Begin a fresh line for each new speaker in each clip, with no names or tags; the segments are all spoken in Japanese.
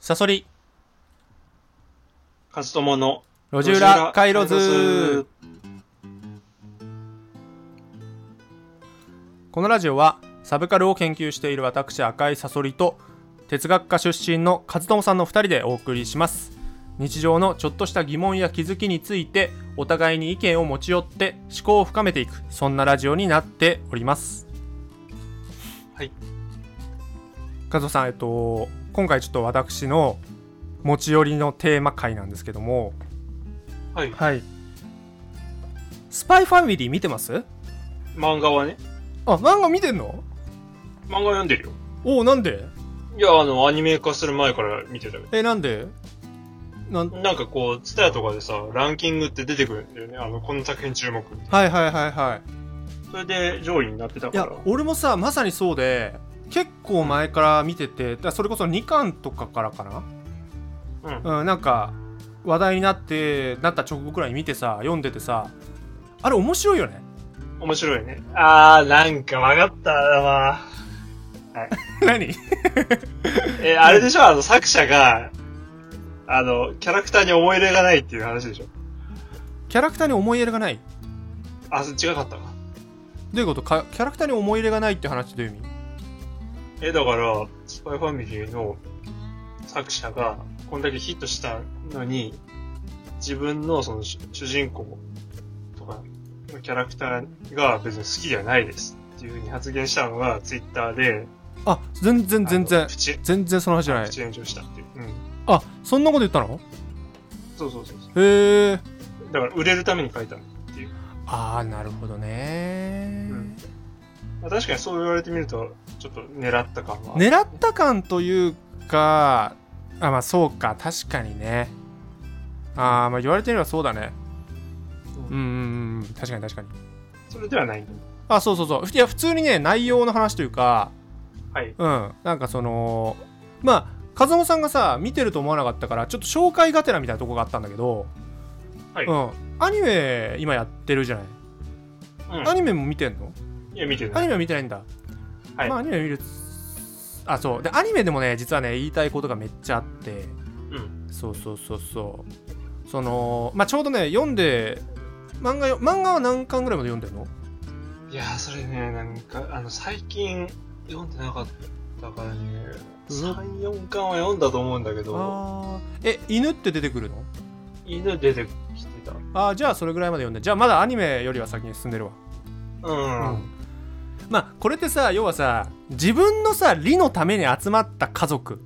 サソリ、
カズトモの
路地裏カイロ
路地裏カイロ
ズ
ズ。
このラジオは、サブカルを研究している私、赤井サソリと、哲学科出身の和友さんの2人でお送りします。日常のちょっとした疑問や気づきについて、お互いに意見を持ち寄って、思考を深めていく、そんなラジオになっております。
はい。
和友さん、えっと、今回ちょっと私の持ち寄りのテーマ回なんですけども、
はい。
はい。スパイファミリー見てます
漫画はね、
あ、漫画見てんの
漫画読んでるよ。
おお、なんで
いや、あの、アニメ化する前から見てたけ
え、なんでなん、
ど。なんかこう、ツタヤとかでさ、ランキングって出てくるんだよね。あの、この作品注目。
はいはいはいはい。
それで上位になってた
い
か
や
ら。、
俺もさ、まさにそうで、結構前から見てて、だからそれこそ2巻とかからか
うん。
なうん、なんか、話題になって、なった直後くらいに見てさ、読んでてさ、あれ面白いよね。
面白いね。あー、なんかわかったわ。
何
え、あれでしょあの、作者が、あの、キャラクターに思い入れがないっていう話でしょ
キャラクターに思い入れがない
あ、そ違かった
ど
か。
ういうことかキャラクターに思い入れがないって話どういう意味
え、だから、スパイファミリーの作者が、こんだけヒットしたのに、自分のその主主人公とかのキャラクターが別に好きじゃないですっていうふうに発言したのがツイッターで、
あ、全然全
あの
然
プ、チ、
全然その話じゃない
プ。チ炎上したっていう。うん。
あ、そんなこと言ったの
そうそうそうそ
へえ。
う。だから売れるために書いたの。
ああ、なるほどね、
うんまあ、確かにそう言われてみると、ちょっと狙った感は。。
狙った感というか、あ、まあそうか、確かにね。ああ、まあ言われてみればそうだね。う
う
う
ん
んうん、確かに確かに。
それではないんだ。
あ、そうそうそう。いや、普通にね、内容の話というか、
はい。
うん、なんかその、まあ、風間さんがさ、見てると思わなかったから、ちょっと紹介がてらみたいなとこがあったんだけど、
はい
うん、アニメ、今やってるじゃない。
うん。
アニメも見てんの
いや、見て
ア
な
ニ
い。
メは見てないんだ。
はい
まあ、アニメ見る。あ、そう。で、アニメでもね、実はね、言いたいことがめっちゃあって。
うん。
そうそうそうそう。その、まあ、ちょうどね、読んで、漫画よ、漫画は何巻ぐらいまで読んでるの
いやー、それね、なんか、あの、最近読んでなかったからね、
うん
3、4巻は読んだと思うんだけど、
ああ。え、犬って出てくるの
犬出てきてた。
ああ、じゃあそれぐらいまで読んで。じゃあまだアニメよりは先に進んでるわ。
うん。
うんまあ、これってさ、要はさ、自分のさ、利のために集まった家族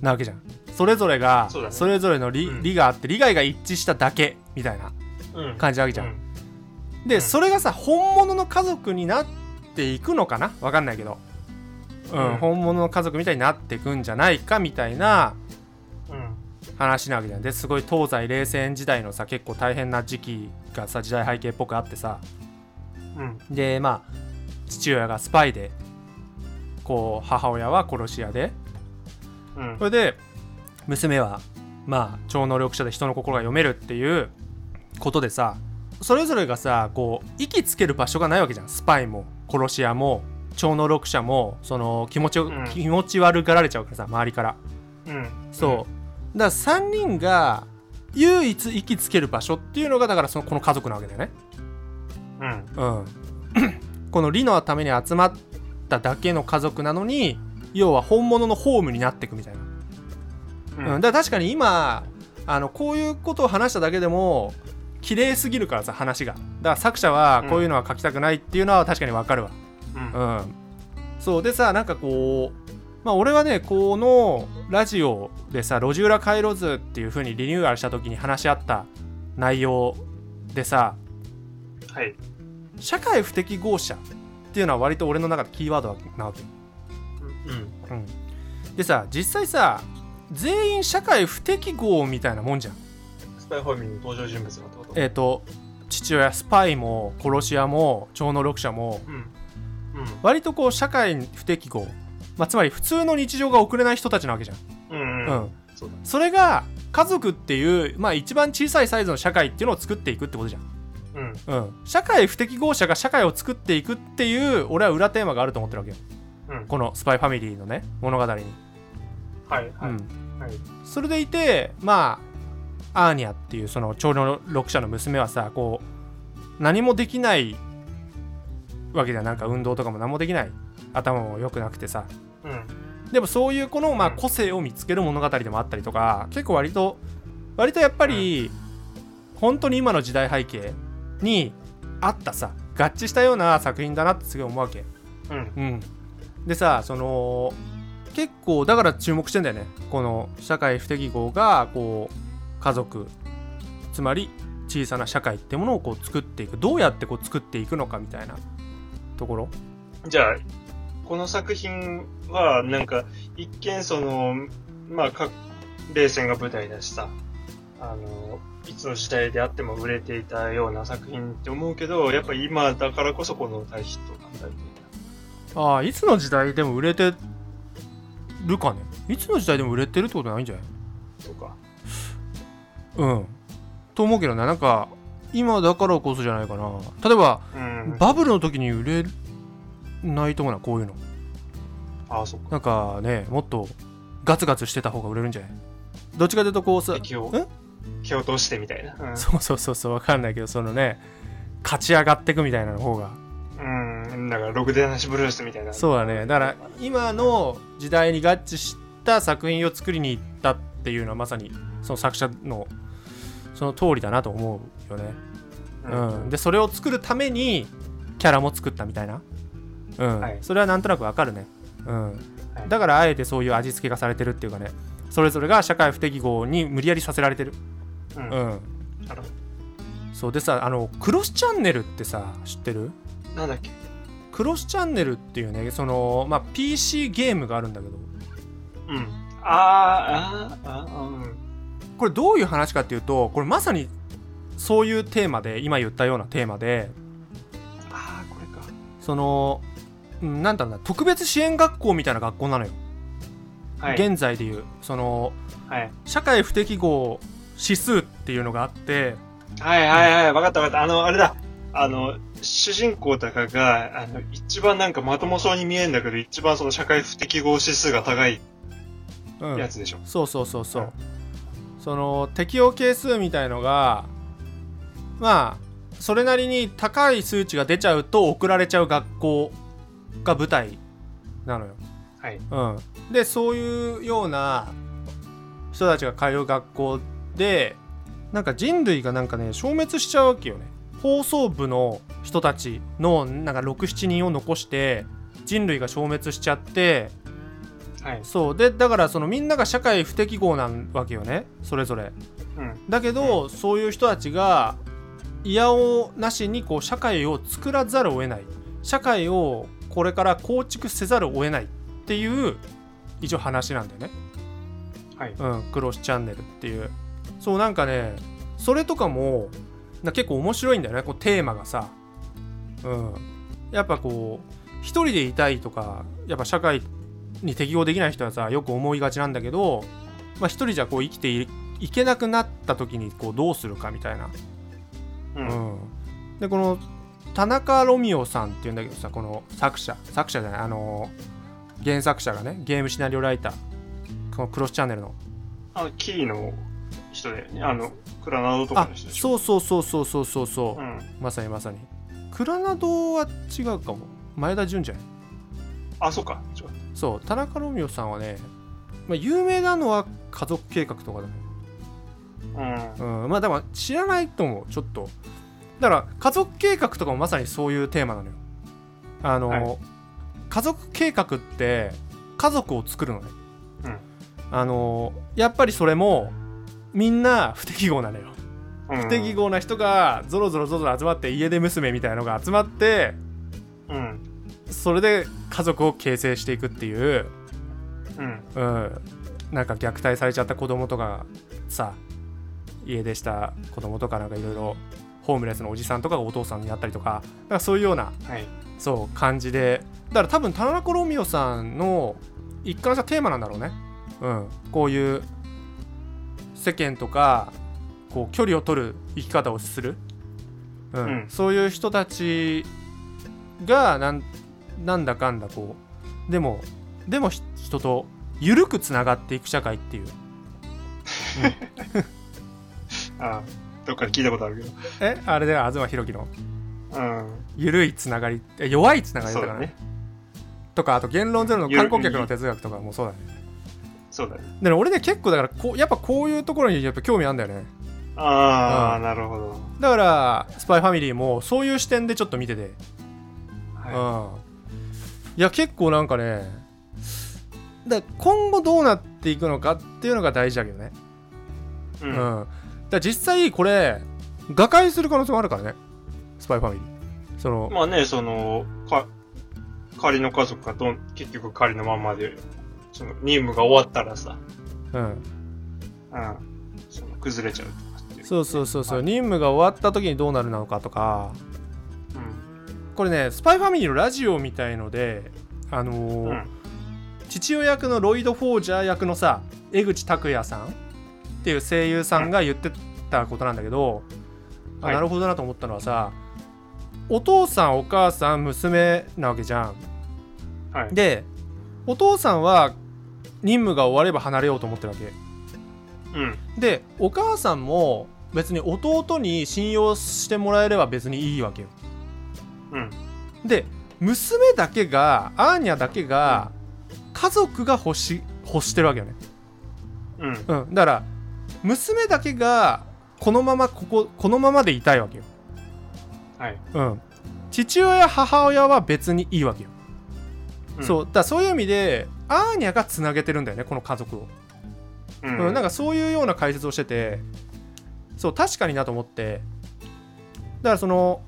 なわけじゃん。それぞれが、
そうだね
れぞれの利,、
うん
利があって、利害が一致しただけ、みたいな。
うん。
感じなわけじゃん、
うん
で、
うん
それがさ本物の家族になっていくのかなわかんないけど、うん
うん
本物の家族みたいになっていくんじゃないかみたいな
うん。
話なわけじゃんですごい東西冷戦時代のさ結構大変な時期がさ時代背景っぽくあってさ
うん。
でまあ父親がスパイでこう母親は殺し屋で
うん
そ。れで娘はまあ超能力者で人の心が読めるっていうことでさそれぞれがさこう息つける場所がないわけじゃんスパイも殺し屋も超能力者もその気持ちを、
うん
気持ち悪がられちゃうからさ周りから
うん。
そう、だから3人が唯一息つける場所っていうのがだからそのこの家族なわけだよね
うん。うん。
うん このリのために集まっただけの家族なのに要は本物のホームになっていくみたいなうん、だから確かに今あのこういうことを話しただけでも綺麗すぎるからさ話がだから作者は
うん
こういうのは書きたくないっていうのは確かにわかるわ
うん。
うん、そうでさなんかこうまあ俺はねこのラジオでさ「路地裏回路図」っていう風にリニューアルした時に話し合った内容でさ
はい。
社会不適合者っていうのは割と俺の中でキーワードなわけ
うん。
でさ実際さ全員社会不適合みたいなもんじゃん
スパイファミリーの登場人物がってこと
えっ、と父親スパイも殺し屋も超能力者も
うん。
割とこう社会不適合、まあ、つまり普通の日常が送れない人たちなわけじゃん、
うん。うん。
う
うんん。そうだ。
それが家族っていう、まあ、一番小さいサイズの社会っていうのを作っていくってことじゃん、
う
う
ん。
ん、社会不適合者が社会を作っていくっていう俺は裏テーマがあると思ってるわけよ
うん。
この「スパイファミリー」のね物語に、
はい。
う
はい。
ん、
はい。
それでいてまあアーニャっていうその長老六者の娘はさこう何もできないわけじゃんなんか運動とかも何もできない頭も良くなくてさ
うん。
でもそういう子のまあ個性を見つける物語でもあったりとか結構割と割とやっぱり本当に今の時代背景に合ったさ合致したような作品だなってすごい思うわけ。
うん。
うん、でさその結構だから注目してんだよねこの社会不適合がこう家族つまり小さな社会ってものをこう作っていくどうやってこう作っていくのかみたいなところ
じゃあ、この作品は、なんか、一見その、まあ、か、冷戦が舞台だしさ、あの、いつの時代であっても売れていたような作品って思うけど、やっぱ今だからこそこの大ヒットなんだみ
ああいつの時代でも売れてるかねいつの時代でも売れてるってことないんじゃない
たいな、とか。
うんと思うけどねなんか今だからこそじゃないかな例えば
うん。
バブルの時に売れないと思うなこういうの
ああ、そっか。
なんかねもっとガツガツしてた方が売れるんじゃないどっちかというとこうさ
敵を
え、
蹴落としてみたいな。うん
そうそうそうそうわかんないけどそのね勝ち上がってくみたいなの方が
うん、だから、ろくでなしブルースみたいな。
そうだねだから今の時代に合致した作品を作りに行ったっていうのはまさにその作者のその通りだなと思うよね、うんでそれを作るためにキャラも作ったみたいなうん、
はい
それはなんとなくわかるねうん
はい
だからあえてそういう味付けがされてるっていうかねそれぞれが社会不適合に無理やりさせられてる
うん。
う
うん。
ん
あの
そうでさあのクロスチャンネルってさ知ってる
なんだっけ
クロスチャンネルっていうねその、まあ、PC ゲームがあるんだけど
うん。あー、あー、あー、うん。
これどういう話かっていうとこれまさにそういうテーマで今言ったようなテーマで
あー、これか。
そのうんなんだろうな特別支援学校みたいな学校なのよ、
はい。
現在でいうその
はい。
社会不適合指数っていうのがあって
はいはいはい、わかったわかった。あの、あれだ。あの、主人公とかが、あの、一番なんかまともそうに見えるんだけど、一番その社会不適合指数が高い
うん
やつでしょ。
そうそうそうそう、
うん
その適用係数みたいのがまあそれなりに高い数値が出ちゃうと送られちゃう学校が舞台なのよ、
はい。
うん、でそういうような人たちが通う学校でなんか人類がなんかね消滅しちゃうわけよね放送部の人たちのなんか67人を残して人類が消滅しちゃって
はい。
そうでだからそのみんなが社会不適合なわけよねそれぞれ
うん。
だけどそういう人たちが嫌をなしにこう社会を作らざるを得ない社会をこれから構築せざるを得ないっていう一応話なんだよね、
はい。
うん、クロスチャンネルっていうそうなんかねそれとかもな結構面白いんだよねこうテーマがさ、うん、やっぱこう一人でいたいとかやっぱ社会に適応できない人はさよく思いがちなんだけど、まあ、一人じゃこう生きていいけなくなった時にこうどうするかみたいな、
う。
うんん、でこの田中ロミオさんっていうんだけどさこの作者作者じゃないあの原作者がねゲームシナリオライターこのクロスチャンネルの
あの、キーの人だよね。あの、クラナドとか
あ
の人でしょ。
そうそうそうそうそうそうそう、
うん。
まさにまさにクラナドは違うかも前田純じゃない
あ、そうか。ちょ
そう田中ロミオさんはね、まあ、有名なのは家族計画とかだね
うん。
うんまあでも知らないと思うちょっとだから家族計画とかもまさにそういうテーマなのよあの、
はい
家族計画って家族を作るのね、
うん
あのやっぱりそれもみんな不適合なのよ
不
不適。合な人がゾロゾロゾロゾロ集まって家出娘みたいなのが集まって
うん。
それで家族を形成していくっていう、
うん。
うん、なんか虐待されちゃった子供とかさ家出した子供とかなんかいろいろホームレスのおじさんとかがお父さんになったりとかなんかそういうような
はい。
そう感じでだから多分田中ロミオさんの一貫したテーマなんだろうね、うん、こういう世間とかこう距離を取る生き方をする、うん
うん
そういう人たちがなんなんだかんだこうでもでもひ人と緩くつながっていく社会っていう
あーどっかで聞いたことあるけど。
えあれだよ東博樹の
うん。
緩いつながりえ弱いつながりだからね。とかあと言論ゼロの観光客の哲学とかもそうだね
そうだね。
でも俺ね結構だからこうやっぱこういうところにやっぱ興味あるんだよね
ああ、
うん
なるほど。
だからスパイファミリーもそういう視点でちょっと見てて、
は
うんいや結構なんかねだから今後どうなっていくのかっていうのが大事だけどね
い。う。
うんん、
あ
だから実際これ瓦解する可能性もあるからねスパイファミリーその、
まあね、その、か、仮の家族がどん、結局仮のままで、その任務が終わったらさ、
うん、
うん。その、崩れちゃうとかっていう。
そうそうそうそう
はい
任務が終わった時にどうなるなのかとか
うん。
これねスパイファミリーのラジオみたいのであのー
うん。
父親役のロイド・フォージャー役のさ江口拓也さんっていう声優さんが言ってたことなんだけど、あ
はい
なるほどなと思ったのはさお父さんお母さん娘なわけじゃん。
はい。
でお父さんは任務が終われば離れようと思ってるわけ。
うん。
でお母さんも別に弟に信用してもらえれば別にいいわけよ。
うん。
で娘だけがアーニャだけが家族が欲し欲してるわけよね。
うん。
うん、だから娘だけがこのままこここのままでいたいわけよ、
はい。
うん、父親母親は別にいいわけよ、
うん
そうだからそういう意味でアーニャがつなげてるんだよねこの家族を、
う。
うんんなんかそういうような解説をしててそう確かになと思ってだからその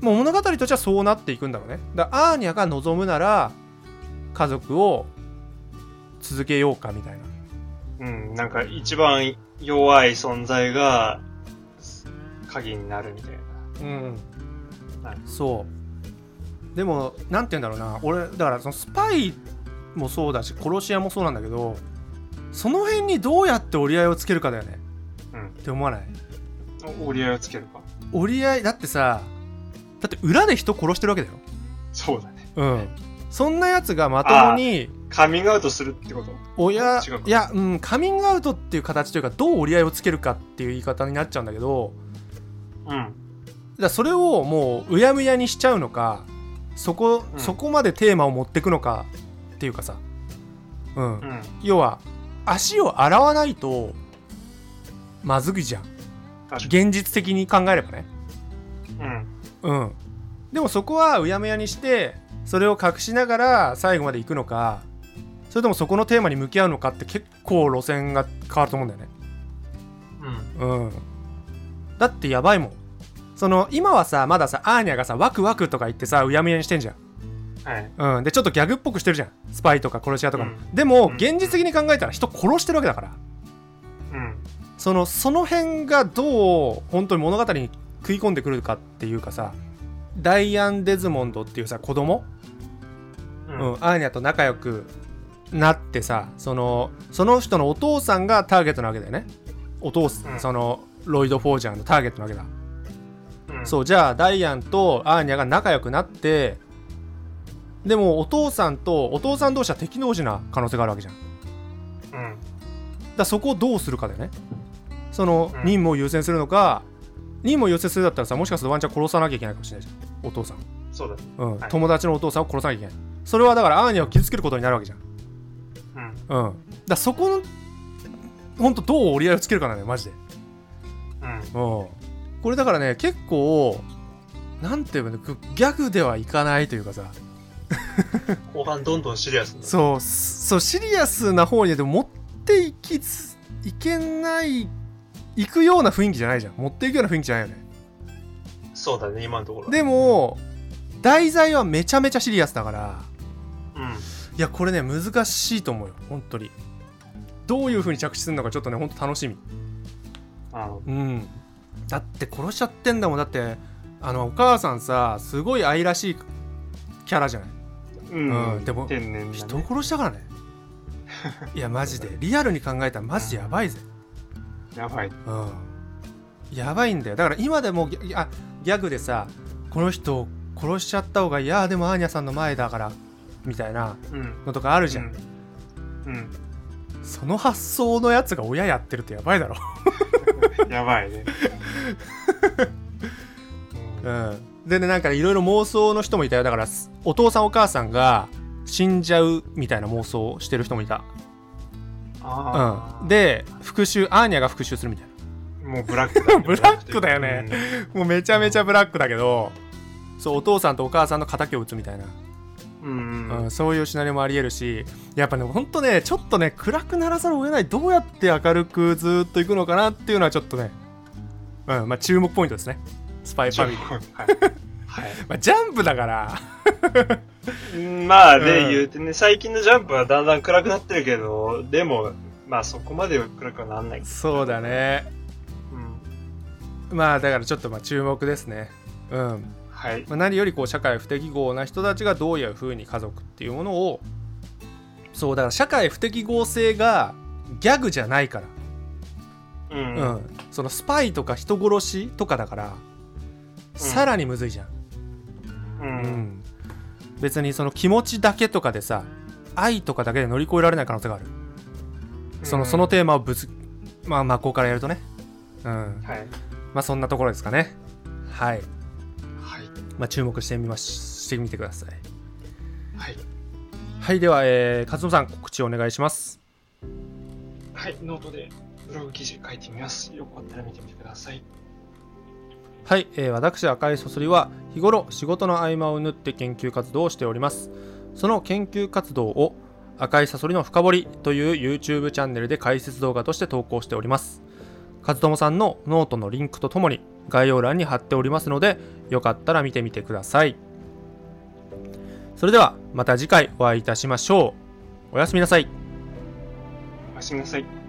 もう物語としてはそうなっていくんだろうねだからアーニャが望むなら家族を続けようかみたいな
うん、なんか一番弱い存在が鍵になるみたいな。
うん
はい
そうでもなんて言うんだろうな俺だからそのスパイもそうだし殺し屋もそうなんだけどその辺にどうやって折り合いをつけるかだよね
うん
って思わない
お折り合いをつけるか。
折り合いだってさだって裏で人殺してるわけだよ
そうだね。
うんそんなやつがまともに
カミングアウトするってこと
親
違うか
いや、うん、カミングアウトっていう形というかどう折り合いをつけるかっていう言い方になっちゃうんだけど
うん。
だからそれをもううやむやにしちゃうのかそこ,、
うん
そこまでテーマを持ってくのかっていうかさ、うん
うん。
要は足を洗わないとまずいじゃん
確か
現実的に考えればね、
に。うん。
うん、でもそこはうやむやにしてそれを隠しながら最後まで行くのかそれともそこのテーマに向き合うのかって結構路線が変わると思うんだよね
うん。
うんだってやばいもんその今はさまださアーニャがさワクワクとか言ってさうやむやにしてんじゃん
はい。
うん、でちょっとギャグっぽくしてるじゃんスパイとか殺し屋とかも、
う
でも
うん
現実的に考えたら人殺してるわけだから
うん。
そのその辺がどう本当に物語に食い込んでくるかっていうかさダイアン・デズモンドっていうさ子供、
う
うん
ん。
アーニャと仲良くなってさそのその人のお父さんがターゲットなわけだよねお父さん、
うん
そのロイド・フォージャーのターゲットなわけだ、
うん。
そうじゃあダイアンとアーニャが仲良くなってでもお父さんとお父さん同士は敵同士な可能性があるわけじゃんだか
うん。
らそこをどうするかだよねその
うん
任務を優先するのか任務を優先するだったらさもしかするとワンチャン殺さなきゃいけないかもしれないじゃんお父さん、
そうだね。
うん
はい
友達のお父さんを殺さなきゃいけないそれはだからアーニャを傷つけることになるわけじゃんうんだ
うん。
からそこのほんとどう折り合いをつけるかなのよマジで
うん。
うんこれだからね結構なんていうのギャグではいかないというかさ
後半どんどんシリアスになる
そうそうシリアスな方にでも持っていきついけない行くような雰囲気じゃないじゃん持っていくような雰囲気じゃないよね
そうだね、今のところ。
でも題材はめちゃめちゃシリアスだから
うん。
いやこれね難しいと思うよ本当にどういう風に着地するのかちょっとね本当楽しみ
あの、
うんだって殺しちゃってんだもんだってあのお母さんさすごい愛らしいキャラじゃない
うん。
うんでも
天然だ
人
ね。
殺したから ねいやマジでリアルに考えたらマジやばいぜ
やばい。
うん、やばいんだよだから今でもギャあギャグでさこの人を殺しちゃった方がいやでもアーニャさんの前だからみたいな
うん。
のとかあるじゃん、
うん。うん。
その発想のやつが親やってるってやばいだろ、
やばいね。
う
うん
ん、でねなんかいろいろ妄想の人もいたよだからすお父さんお母さんが死んじゃうみたいな妄想をしてる人もいた、
あ
う
ー
ん、、で復讐アーニャが復讐するみたい
もうブラックだね
ブラックだよねなもうめちゃめちゃブラックだけどそうお父さんとお母さんの敵を打つみたいな、
うん。うん
う
うん
ん、そういうシナリオもありえるしやっぱねほんとねちょっとね暗くならざるを得ないどうやって明るくずーっといくのかなっていうのはちょっとね、うんまあ、注目ポイントですねスパイファミリー、
はい。
まあ、ジャンプだから
まあ、で、
うん
言うてね、最近のジャンプはだんだん暗くなってるけど、でも、まあそこまで暗くはなんない。
そうだね
うん。
まあだからちょっとまあ注目ですね。うん
はい。
まあ、何よりこう社会不適合な人たちがどういうふうに家族っていうものをそうだから社会不適合性がギャグじゃないから、
うん。
うんそのスパイとか人殺しとかだからさらにむずいじゃん、
う
うん
ん。
別にその気持ちだけとかでさ愛とかだけで乗り越えられない可能性がある、そのその、テーマをぶつ、まあ、真っ向からやるとね、うん
はい。
まあ、そんなところですかねはい、
はい。
まあ、注目してみまししてみてください
はい。
はい、では、えー、勝野さん、告知お願いします。
はい。ノートでブログ記事書いてみます。よかったら見てみてください。
はい、えー、私、赤いそそりは、日頃、仕事の合間を縫って研究活動をしております。その研究活動を、赤いサソリの深掘りという YouTube チャンネルで解説動画として投稿しております。和友さんのノートのリンクとともに概要欄に貼っておりますので、よかったら見てみてください。それでは、また次回お会いいたしましょう。おやすみなさい。
おやすみなさい。